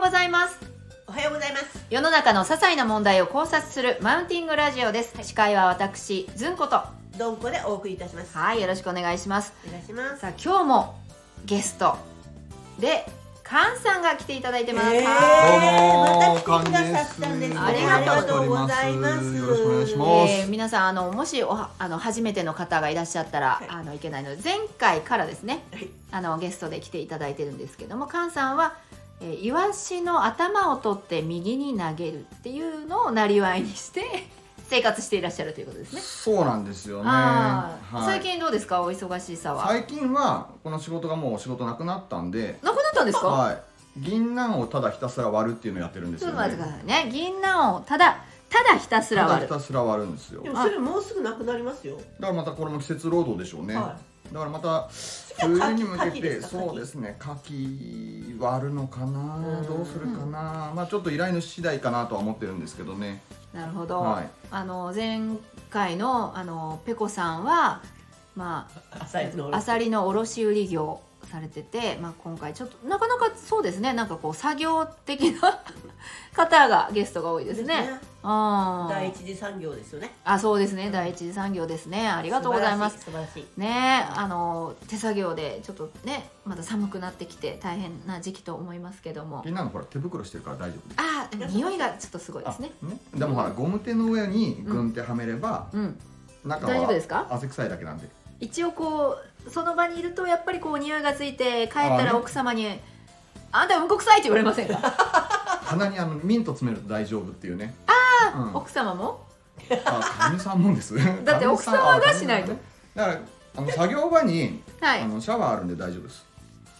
ございますおはようございます。世の中の些細な問題を考察するマウンティングラジオです、司会は私ずんことどんこでお送りいたします。はいよろしくお願いしますお願いします。さあ今日もゲストでカンさんが来ていただいてます、えーはどうもまた来てくださったんですねありがとうございますよろしくお願いしいまえーす。皆さんあのもしおはあの初めての方がいらっしゃったら、はいあのいけないので前回からですねはいあのゲストで来ていただいてるんですけどもカンさんは、えー、イワシの頭を取って右に投げるっていうのをなりわいにして生活していらっしゃるということですね。そうなんですよね。あーはい最近どうですかお忙しさは。最近はこの仕事がもうお仕事なくなったんで、なくなったんですか、はい。銀杏をただひたすら割るっていうのをやってるんですちょよっね。と待ってくださいね銀杏をただただひたすらただ割ひる。たすら割るんですよ。でだかもそれもうすぐなくなりますよ。らまたこれも季節労働でしょうね。はだからまた次は冬に向け牡蠣ですてか牡蠣そうですね牡蠣割るのかなうんどうするかなまあちょっと依頼主次第かなとは思ってるんですけどねなるほど、はいあの前回のあのペコさんはまあアサイズのあさりの卸売業されてて、まあ、今回ちょっとなかなかそうですねなんかこう作業的な 方がゲストが多いですね。あ第ー一次産業ですよね。あそうですね第一次産業ですねありがとうございます。素晴らしい。素ねあの手作業でちょっとねまだ寒くなってきて大変な時期と思いますけども銀杏のほら手袋してるから大丈夫ですあーでも匂いがちょっとすごいですねあねでもほらゴム手の上に軍手はめれば、うん中大丈夫ですはか汗臭いだけなんで一応こうその場にいるとやっぱりこう匂いがついて帰ったあーねら奥様に「あんたうんこ臭い」って言われませんか鼻にあのミント詰めると大丈夫っていうねあ、うん、奥様もあかみさんもです だって奥様がかみんあしないとかみさんがねだからあの作業場に、はいあのシャワーあるんで大丈夫です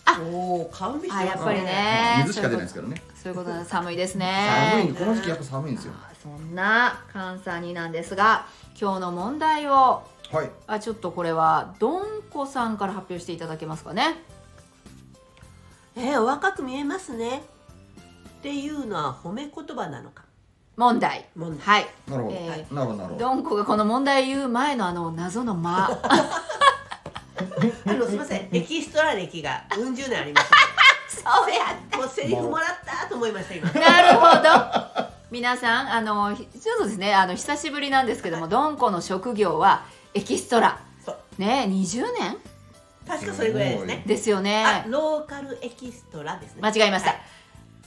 晴らしいおお、買うべきあやっぱりねうん水しか出ないですけどねそういうことは寒いですね寒いんでこの時期やっぱ寒いんですよあーそんな関西になんですが今日の問題をはいあちょっとこれはどんこさんから発表していただけますかねえー、お若く見えますね。っていうのは褒め言葉なのか。問題問題。はいなるほど、えなるほどなるほどどんこがこの問題を言う前のあの謎の間あのすみ ません、エキストラ歴がうん十年あります。そうやもうセリフもらったと思いました今。なるほど皆さんあのひちょっとですねあの久しぶりなんですけどもどんこの職業はエキストラそう、ね20年確かそれぐらいですね。ですよあね、ローカルエキストラですね。間違えました、はい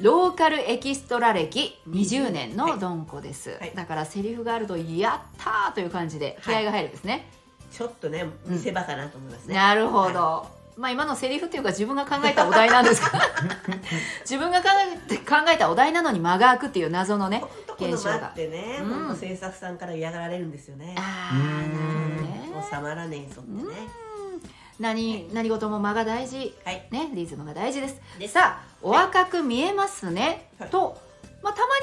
ローカルエキストラ歴20年のどんこです、はいだからセリフがあると「やったー!」という感じで気合が入るんですね、ちょっとね、見せ場かなと思いますね。なるほど、まあ今のセリフっていうか自分が考えたお題なんです が自分が考えて考えたお題なのに間が空くっていう謎のねほんとこの現象待がってね、うんほんと制作さんから嫌がられるんですよね。あーなるほどねもう収まらねえぞってね。何何事も間が大事はい。ねリズムが大事ですですさあお若く見えますね、はいと、まあ、たま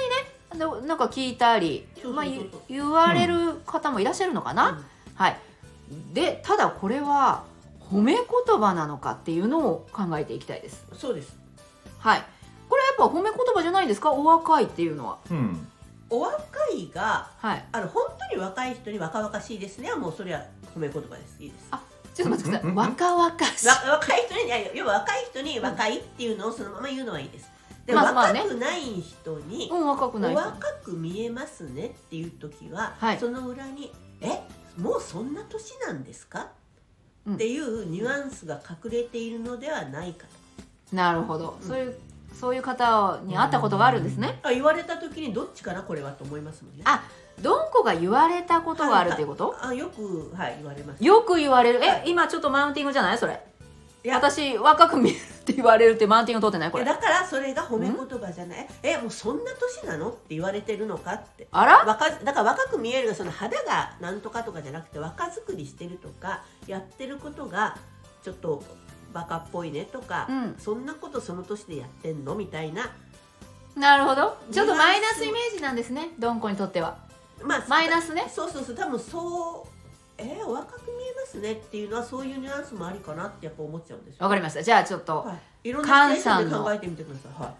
にねあのなんか聞いたりそうそうそうそうまあ言言われる方もいらっしゃるのかな、うんはいでただこれは褒め言葉なのかっていうのを考えていきたいですそうです。はい。これやっぱ褒め言葉じゃないんですか？お若いっていうのは。うんお若いが、はい。あの本当に若い人に若々しいですね。もうそれは褒め言葉です。いいです。ちょっと待ってください。うんうんうん若々しい。わ若い人にいや要は若い人に若いっていうのをそのまま言うのはいいです。でもまあまあ若ねくない人にう。ん若くおない。若く見えますねっていう時は、はいその裏に「えもうそんな年なんですか?」うんっていうニュアンスが隠れているのではないかなるほど。うんそういうそういう方に会ったことがあるんですね。とあ言われた時にどっちかなこれはと思いますもんねあどんこが言われたことがあるっていうこと？あよく、はい、言われますよく言われる。はえ、今ちょっとマウンティングじゃない？それ。いや私若く見えるって言われるってマウンティング取ってないこいやれ。だからそれが褒め言葉じゃない「えもうそんな年なの?」って言われてるのかってあら？若だから若く見えるがその肌がなんとかとかじゃなくて若作りしてるとかやってることがちょっとバカっぽいねとか、うんそんなことその年でやってんのみたいななるほど。ちょっとマイナスイメージなんですね。どんこにとっては。まあマイナスね。そうそうそう多分そうえー、お若く見えますねっていうのはそういうニュアンスもありかなってやっぱ思っちゃうんですよ。わかりました。じゃあちょっとはい、いろんなシチュエーション菅さでんの考えてみてください。は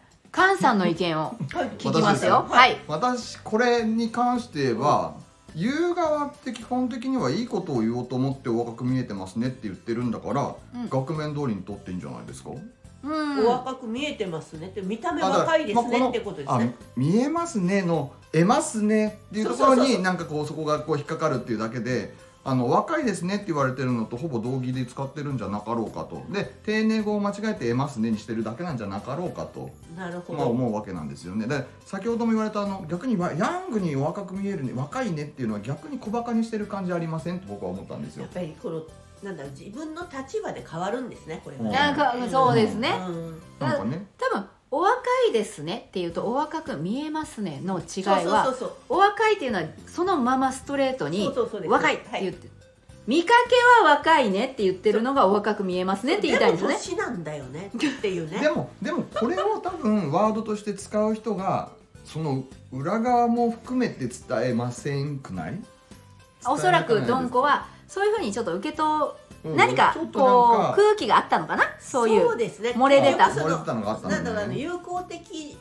菅さんの意見をい、はい、聞きますよ。私はい。私これに関しては言う側って基本的にはいいことを言おうと思ってお若く見えてますねって言ってるんだから、うん額面通りにとっていいんじゃないですかううんお若く見えてますねって見た目若いですまあこねのってことですあね。見えますねの得ますねっていうとこそうろそうそうそになんかこうそこがこう引っかかるっていうだけであの若いですねって言われてるのとほぼ同義で使ってるんじゃなかろうかとで丁寧語を間違えて得ますねにしてるだけなんじゃなかろうかと、なるほまあ、ど。思うわけなんですよねで先ほども言われたあの逆にわヤングに若く見えるね若いねっていうのは逆に小バカにしてる感じありませんと僕は思ったんですやよっ。ぱりこのなんだろう自分の立場で変わるんですねこれはね。なんかそうですね、うんなんかね多分お若いですねっていうとお若く見えますねの違いはそうそうそうお若いっていうのはそのままストレートそうにそうそうです若いって言って、見かけは若いねって言ってるのがお若く見えますねって言いたいんですよねも年なんだよねっていうねでもでもこれを多分ワードとして使う人がその裏側も含めて伝えませんくないおそらくドンコはそういうふうにちょっと受け取何かちょっとこなうんか空気があったのかなそういうですね漏れ出たそ漏れてたののがあったなんんだだろうあよのね友好的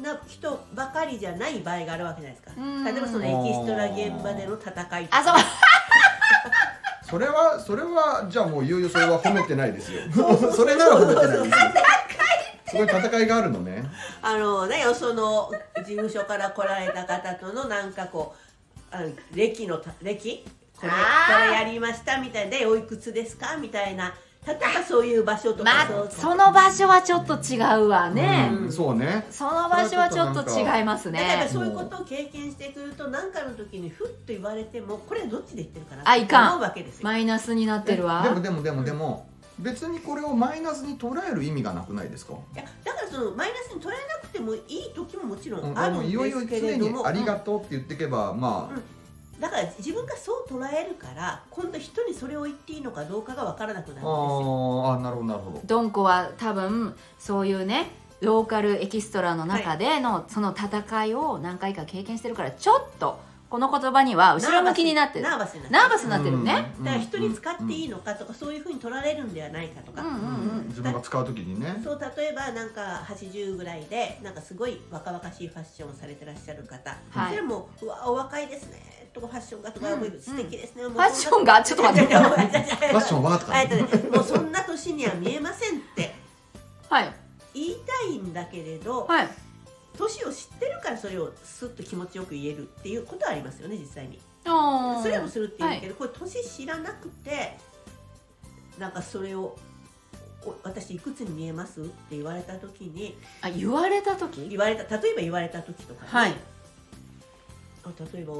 な人ばかりじゃない場合があるわけじゃないですかうん例えばそのエキストラ現場での戦いとかあそうそれはそれはじゃあもういよいよそれは褒めてないですよそれなら褒めてない ですよすごい戦いがあるのねあのねその事務所から来られた方とのなんかこうあの歴のた歴これあーこれやりましたみたいでおいくつですかみたいな例えばそういう場所とかまそうあその場所はちょっと違うわね、うんそうねその場所はちょっと違いますだからねそういうことを経験してくると何かの時にふっと言われてもこれはどっちで言ってるかなあいかん思うわけですよ。マイナスになってるでもわでもでもでも別にこれをマイナスに捉える意味がなくないですかいやだからそのマイナスに捉えなくてもいい時ももちろうんんああるのんいよいよですけれ常どにも、 「ありがとう」って言ってけばまあだから自分がそう捉えるから今度人にそれを言っていいのかどうかが分からなくなるんですあよ。ーあなるほどなるほどドンコは多分そういうねローカルエキストラの中でのその戦いを何回か経験してるからちょっとこの言葉には後ろ向きになってるナーバスになってるナーバスになってるねうんだから人に使っていうんいのかとか、そういうふうに取られるんではないかとか、うんうんうん自分が使う時にねそう例えばなんか80ぐらいでなんかすごい若々しいファッションをされてらっしゃる方、はいそれもうわお若いですねとかファッションがとか、うんもう素敵ですね、もうファッションがちょっと待って ファファッションはとかねもうそんな年には見えませんってはい言いたいんだけれどはい年を知ってるからそれをスッと気持ちよく言えるっていうことはありますよね実際におーそれもするって言うけど、これ年知らなくてなんかそれをお私いくつに見えますって言われた時にあ言われた時言われた例えば言われた時とかに、はいあ例えば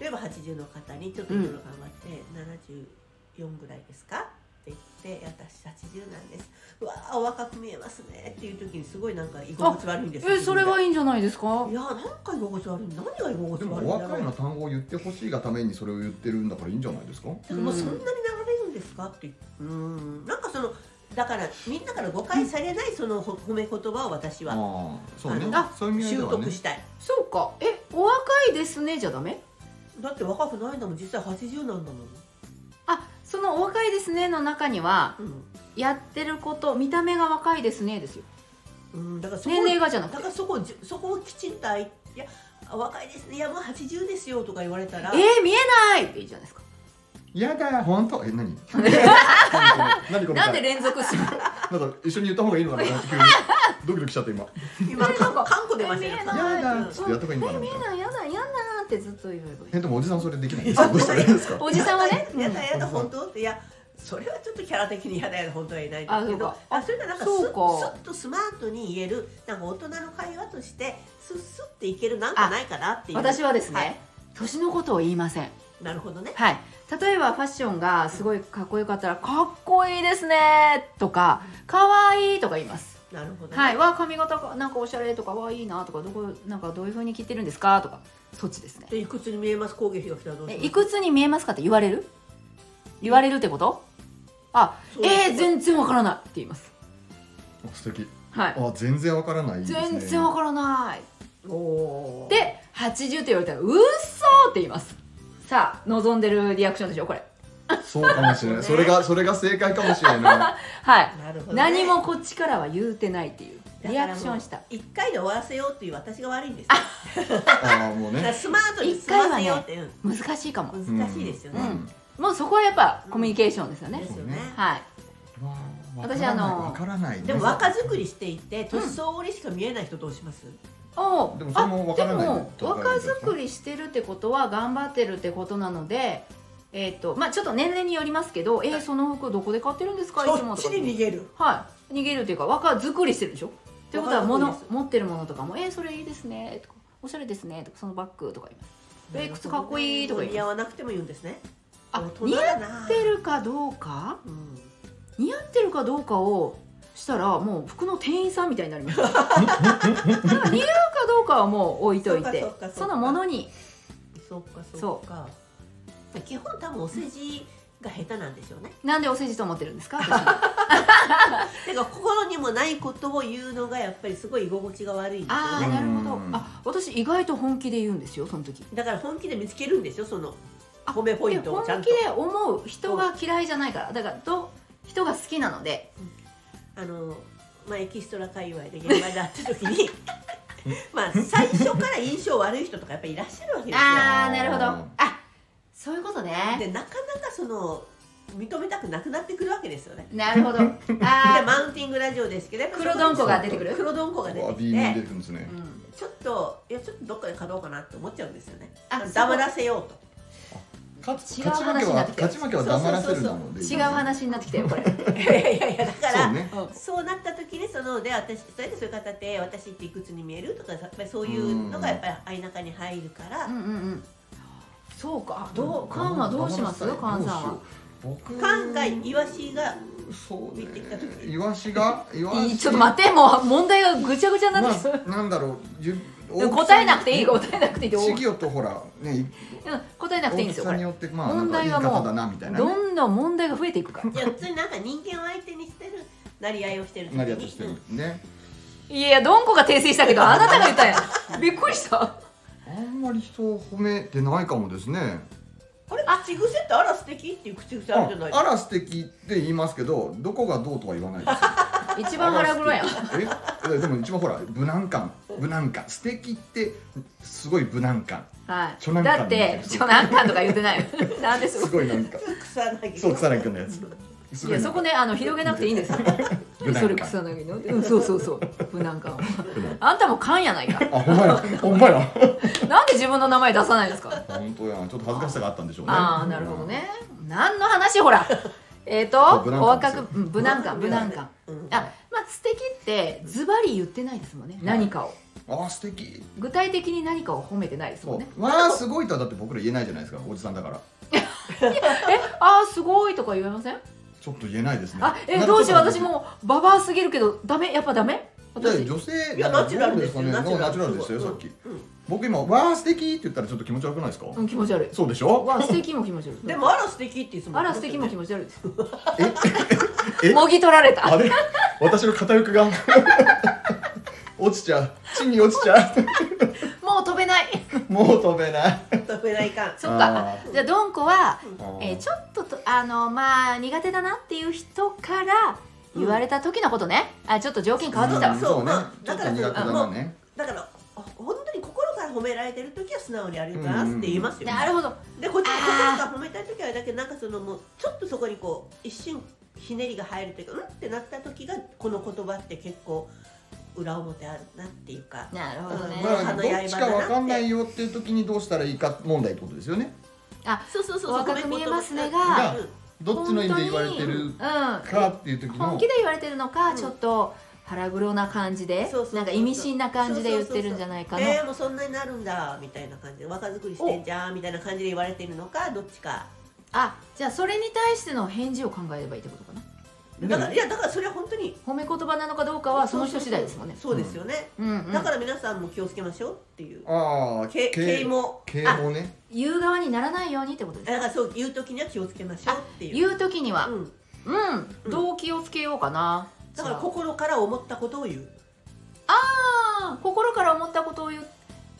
例えば80の方にちょっといろいろ頑張って、74ぐらいですかって言っていや私80なんですうわあお若く見えますねっていう時にすごいなんか居心地悪いんですよえそれはいいんじゃないですか自分でいやなんか居心地悪い何が居心地でも悪いんおだろ若ういの単語を言ってほしいがためにそれを言ってるんだからいいんじゃないですかうんもうそんなに流れるんですかってうんなんかそのだからみんなから誤解されないそのほ褒め言葉を私はああそうねあそういう意味合い習ではね得したい、そうかえお若いですねじゃダメだって若くないんだもん実際80なんだもん、あその「お若いですね」の中にはやってること見た目が若いですねですようん、うん、だからそこ年齢がじゃなだくからてそこをじそこをきちんとあいいや若いですねいやもう80ですよとか言われたらえー、見えないっていいじゃないですかやだ本当え何何このなんで回連続するなんか一緒に言った方がいいのかな急にドキドキしちゃって今今えなんかか韓国出ましたよえ見えないやだちょっとやった方がいいのかえな見えないやだやだってずっと言えばいえいでもおじさんそれできないんですかどうしたらいいですかおじさんは ねやだやだ本当っていやそれはちょっとキャラ的にやだやだ本当はいないんだけどあそうかあそれがなんかスそうッかスッとスマートに言えるなんか大人の会話としてスッスッっていけるなんかないかなっていう私はですね、はい年のことを言いませんなるほどねはい例えばファッションがすごいかっこよかったら「かっこいいですね」とか「かわいい」とか言いますなるほどね、はい、わ髪型がなんかおしゃれとかわいいなとかどこなんかどういう風に切ってるんですかとかそっちですねでいくつに見えます攻撃が来たらどうえしますいくつに見えますかって言われる言われるってことあそうえー、全然わからないって言いますあ素敵はいあ全然わからないですね全然わからないおーで80って言われたら「うっそ!」って言いますさあ望んでるリアクションでしょこれそうかもしれないそれがそれが正解かもしれなはいなるほどね、何もこっちからは言うてないっていうだリアからもうクションした一回で終わらせようっていう私が悪いんですよいああもうだからねスマートに済ませようっていう、難しいかも難しいですよね、うんもうそこはやっぱコミュニケーションですよでねすよね、はいうん私わからないあのわからないねでも若作りしていて年相応にしか見えない人どうします、おでもそれもわからないあでもとか言う若んですか作りしてるってことは頑張ってるってことなのでえっ、とまあちょっと年齢によりますけど「えー、その服どこで買ってるんですかいつそも」っとちかに逃げるはい逃げるというか若作りしてるでしょってことは若作り物です持ってるものとかも「えー、それいいですね」とか「おしゃれですね」とか「そのバッグ」とか言いますえ靴かっこいいとか言います似合わなくても言うんですねあ大似人合だなってるかどうかうん似合ってるかどうかをしたらもう服の店員さんみたいにな りますだから似合うかどうかはもう置いといてそうかそうかそうかそのものにそっかそっか基本多分お世辞が下手なんでしょうねなんでお世辞と思ってるんですか 私のだから心にもないことを言うのがやっぱりすごい居心地が悪いんですあよあねなるほどうんあ私意外と本気で言うんですよその時だから本気で見つけるんですよそのあ褒めポイントを本ちゃん気とで思う人が嫌いじゃないからだからど人が好きなのであの、まあ、エキストラ界隈で現場で会った時 にまあ最初から印象悪い人とかやっぱりいらっしゃるわけですよああなるほどあそういうことねでなかなかその認めたくなくなってくるわけですよねなる ほどでああ、マウンティングラジオですけどやっぱ黒どんこが出てくる黒どんこが出わてあき B 面て出てくるんですねう、ん、ちょっといやちょっとどっかで買おうかなって思っちゃうんですよねあ黙らせようと勝ち違う勝ち話負けになはってきた勝ち負けは黙らせるのもでいい違う話になってきたよ これ、いやいやいやだかそらうねそうなった時にそので私それでそういう方で私っていくつに見えるとかやっぱりそういうのがやっぱり相中に入るからうんうんうんそうかどうカンはどうしますカンさんは僕カンがイワシがそうね見てきた時イワシがイワいシいちょっと待ってもう問題がぐちゃぐちゃになってきた、まあ、なんだろうゆ でも答えなくていい答えなくていいで稚魚とほらねいうん答えなくていいん大できすよこさにれよってまあなん問か言題いは方もうだなみたいなねどんどん問題が増えていくからいや普通になんか人間を相手にしてるなり合いをしてる時なりやとしてるにねいやどんこが訂正したけどあなたが言ったんや びっくりしたあんまり人を褒めてないかもですねあれ口癖ってあら素敵っていう口癖あるじゃないですあら素敵って言いますけどどこがどうとは言わないです一番腹黒やんえでも一番ほら無難感無難感素敵ってすごい無難感は初難い関だって「初難関」とか言ってない よなんですすごいなんか草薙そう草薙君のやつすいごいやなそんこかねあの広げなくていいんですよ 無それ難草感薙のうんそうそうそう無難感あんたも勘やないかあほんまやほんまやなんで自分の名前出さないんですか本当やちょっと恥ずかしさがあったんでしょうねああなるほどね何の話ほらえっと無難お感で若すよくうん無難感無難感うんあまあ素敵ってズバリ言ってないですもんね何かをああ素敵具体的に何かを褒めてないですもそんうねわあすごいとはだって僕ら言えないじゃないですかおじさんだからえあーすごいとか言えませんちょっと言えないですねあえなんかどうしようちょっ私ともうババアすぎるけどダメやっぱダメいや私女性いやナチュラルですよどうかねナナチチュュララルルでしたよさっきうん僕今わあ素敵って言ったらちょっと気持ち悪くないですかうん気持ち悪いそうでしょわ素敵も気持ち悪いでもあら素敵っていつもあら素敵も気持ち持ち悪いですえもぎ取られあたれ私の片翼が落ちちゃう地に落ちちゃもう飛べないうもう飛べない食べないかんそっかあじゃあドンコは、ーえーちょっととあのまあ苦手だなっていう人から言われた時のことね、あちょっと条件変わってきたわ、うんそうそうねまあちょだっとから苦手だなねだから 本当に心から褒められてる時は素直にありがとうございますって言いますよ、なるほどでこっちもあー心から褒めたい時はだけどなんかそのもうちょっとそこにこう一瞬ひねりが入るというかうんってなった時がこの言葉って結構裏表あるなっていうかなるほどね、まああどのっちかわかんないよっていう時にどうしたらいいか問題ってことですよねあそうそうそうお若く見えますねががどっちの意味で言われてる本当にかっていう時うん、の本気で言われてるのか、うんちょっと腹黒な感じでそうそうそうそうなんか意味深な感じで言ってるんじゃないかなえー、もうそんなになるんだみたいな感じで若作りしてんじゃんみたいな感じで言われてるのかどっちかあじゃあそれに対しての返事を考えればいいってことかなだからいやだからそれは本当に褒め言葉なのかどうかはその人次第ですもんねそうですよね、うんうんだから皆さんも気をつけましょうっていうああけ啓蒙啓蒙ね言う側にならないようにってことですだからそう言う時には気をつけましょうっていう言う時にはうん、うん、動機をつけようかなだからそら心から思ったことを言うあー心から思ったことを言っ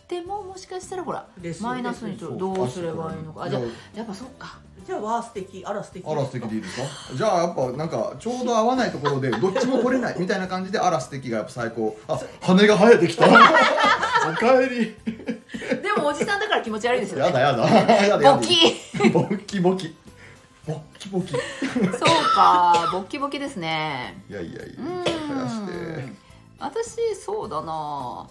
てももしかしたらほらですよねマイナスにとそうどうすればいいのかあいじゃやあやっぱそっかじゃあわあ素敵あら素敵あら素敵でいいですかじゃあやっぱなんかちょうど合わないところでどっちも取れないみたいな感じであら素敵がやっぱ最高あ羽が生えてきたおかえりでもおじさんだから気持ち悪いですよや ね だやだやだやだボキボッキボキボッキボキいそうかボッキボキですねやいやいやう増やしてん私そうだな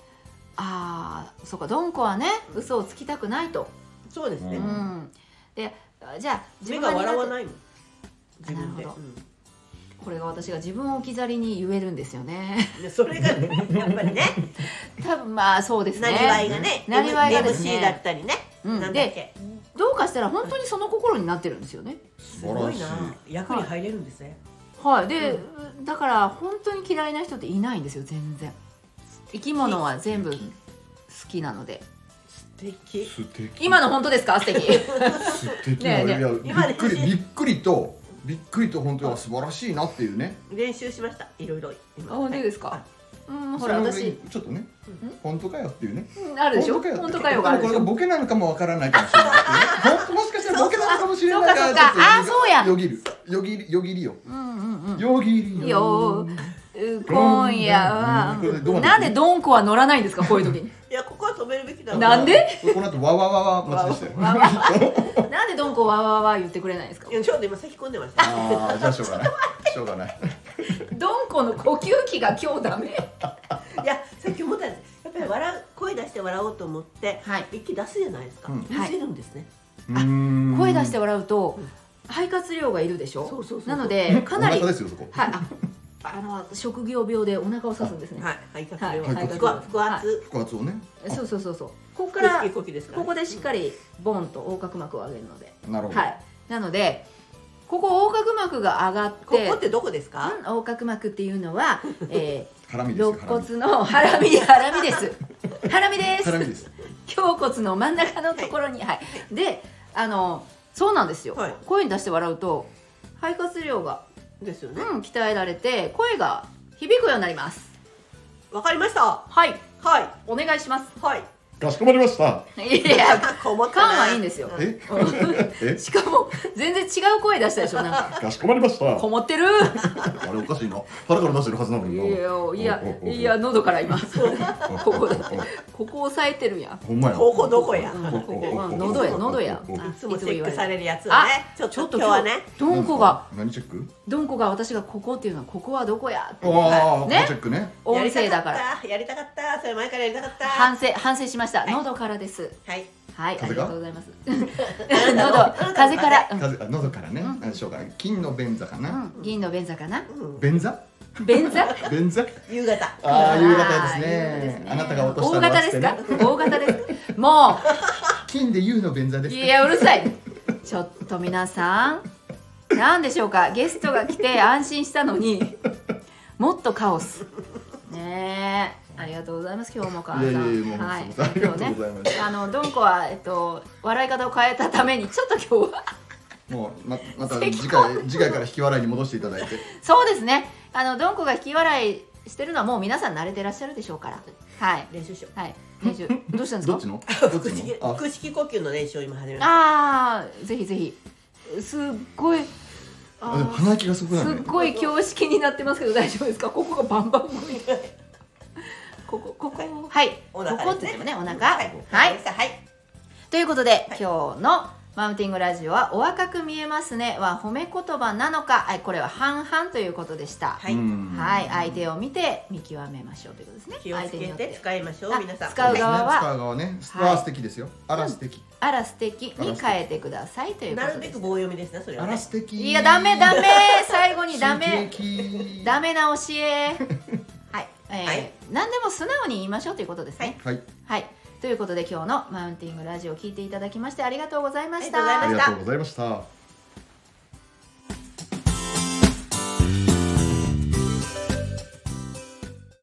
あーそうかドンコはね嘘をつきたくないとそうですね、ううんでじゃあ目が笑わいないもん自分なでるほうんこれが私が自分を置き去りに言えるんですよね でそれがねやっぱりね多分まあそうですなりわねいがねなりわいがですね MC だったりね、うんなんだっでけどうかしたら本当にその心になってるんですよねすごいな素晴ら役に入れるんですね、はいで、だから本当に嫌いな人っていないんですよ全然生き物は全部好きなので素敵素敵今の本当ですか素敵素敵ねなえねえいやび今っくりねびっくりとびっくりと本当に素晴らしいなっていうね練習しましたいろいろ今あ本当ですかはい うんほらその上に私ちょっとね本当かよっていうねうんあるでしょ本当かよがあるででしょもこれがボケな のかもわからないかもしれないっていうねほんもしかしたらボケなのかもしれないからそうかそうかちあーょっとよぎるよぎりよぎりようんうんうんよぎりよう今夜はこれどうなってるなんでドンコは乗らないんですかこういう時にいやここは止めるべきだろうなんでこの後わわわわ待ちでしたよわわわ なんでドンコわわわ言ってくれないんですかいやちょっと今咳込んでましたああじゃあしょうがないしょうがないドンコの呼吸器が今日ダメいやさっき思ったんですやっぱり笑う声出して笑おうと思ってはい息出すじゃないですか、うん出せるんですね、うーん声出して笑うとうん肺活量がいるでしょそうそうそうなのでかなりお腹ですよそこはい、ああの職業病でお腹を刺すんですね。はい肺活量はい腹圧腹圧、腹圧をねそうそうそうそう。ここか腹ら式呼吸ですからここでしっかり、りボンと横隔膜を上げるので、なるほどはい。なのでここ横隔膜が上がって、うんここってどこですか、うん横隔膜っていうの は、え腹ー、身ですよ肋骨のハラミハラミです。ハラミで腹身す。です胸骨の真ん中のところにはい。で、あのそうなんですよ。はい声に出して笑うと肺活量がですよねうん鍛えられて声が響くようになります。わかりましたはい。はいお願いします。はいかしこまりましたい や、こもったな缶はいいんですよ。え えしかも、全然違う声出したでしょ、なんか。かしこまりましたこもってる。あれおかしいな腹から出してるはずなのいになや、いや、いや、喉から今。ここだって、ここ押さえてるやん。ほんまやここどこや、ういんここ、うん喉や、喉や。あつもチェックされるやつをねあちょっちょっとと今日はねどんこが、何チェックどんこが、私がここっていうのは、ここはどこやって。ああねチェックね音声だから。やりたかったやりたかったそれ前からやりたかったは反省、反省しました。い喉からです。いはい、あり風ががとうございます。 喉、風から。うん風あ喉からねうんあしょうがない金の便座かなうん、銀の便座かな。うん便座便座。便座夕方ああー夕方で夕方ですすねねあなたが落とし大たのは型つでってすねか。大型です。もう。金で U の便座ですいやうるさいちょっと皆さん何でしょうかゲストが来て安心したのにもっとカオスねえありがとうございます今日もカいやいやいやもうは本当ありがとうございます今日ねあのどんこはえっと笑い方を変えたためにちょっと今日はもうままた次回次回から引き笑いに戻していた だいてそうですねあのどんこが引き笑いしてるのはもう皆さん慣れてらっしゃるでしょうからはい練習しようはい練習どうしたんですどかっちのどっ腹ち式のあ腹式呼吸の練習を今始めましああぜひぜひすっごいあでも鼻息がすごくなすっるねごい恐縮になってますけど大丈夫ですかここがバンバン動いてここここはいこたこって言ってもねお腹ははいい、はいはいということで、今日のマウンティングラジオは「お若く見えますね」は褒め言葉なのかはいこれは半々ということでしたはいうんはい相手を見て見極めましょうということですね気をつけ相手てによって使いましょあう皆さん使うは側は使う側ねスタはいー素敵ですよあら素敵あら素敵に変えてくださいといいうこなとるべでくす棒読みですねそれあはらね素敵いやダメダメ 最後にダメ素敵ダメな教えはい、えーはい何でも素直に言いましょうということですね、はいはい、ということで今日のマウンティングラジオを聞いていただきましてありがとうございました。ありがとうございましたありがとうございました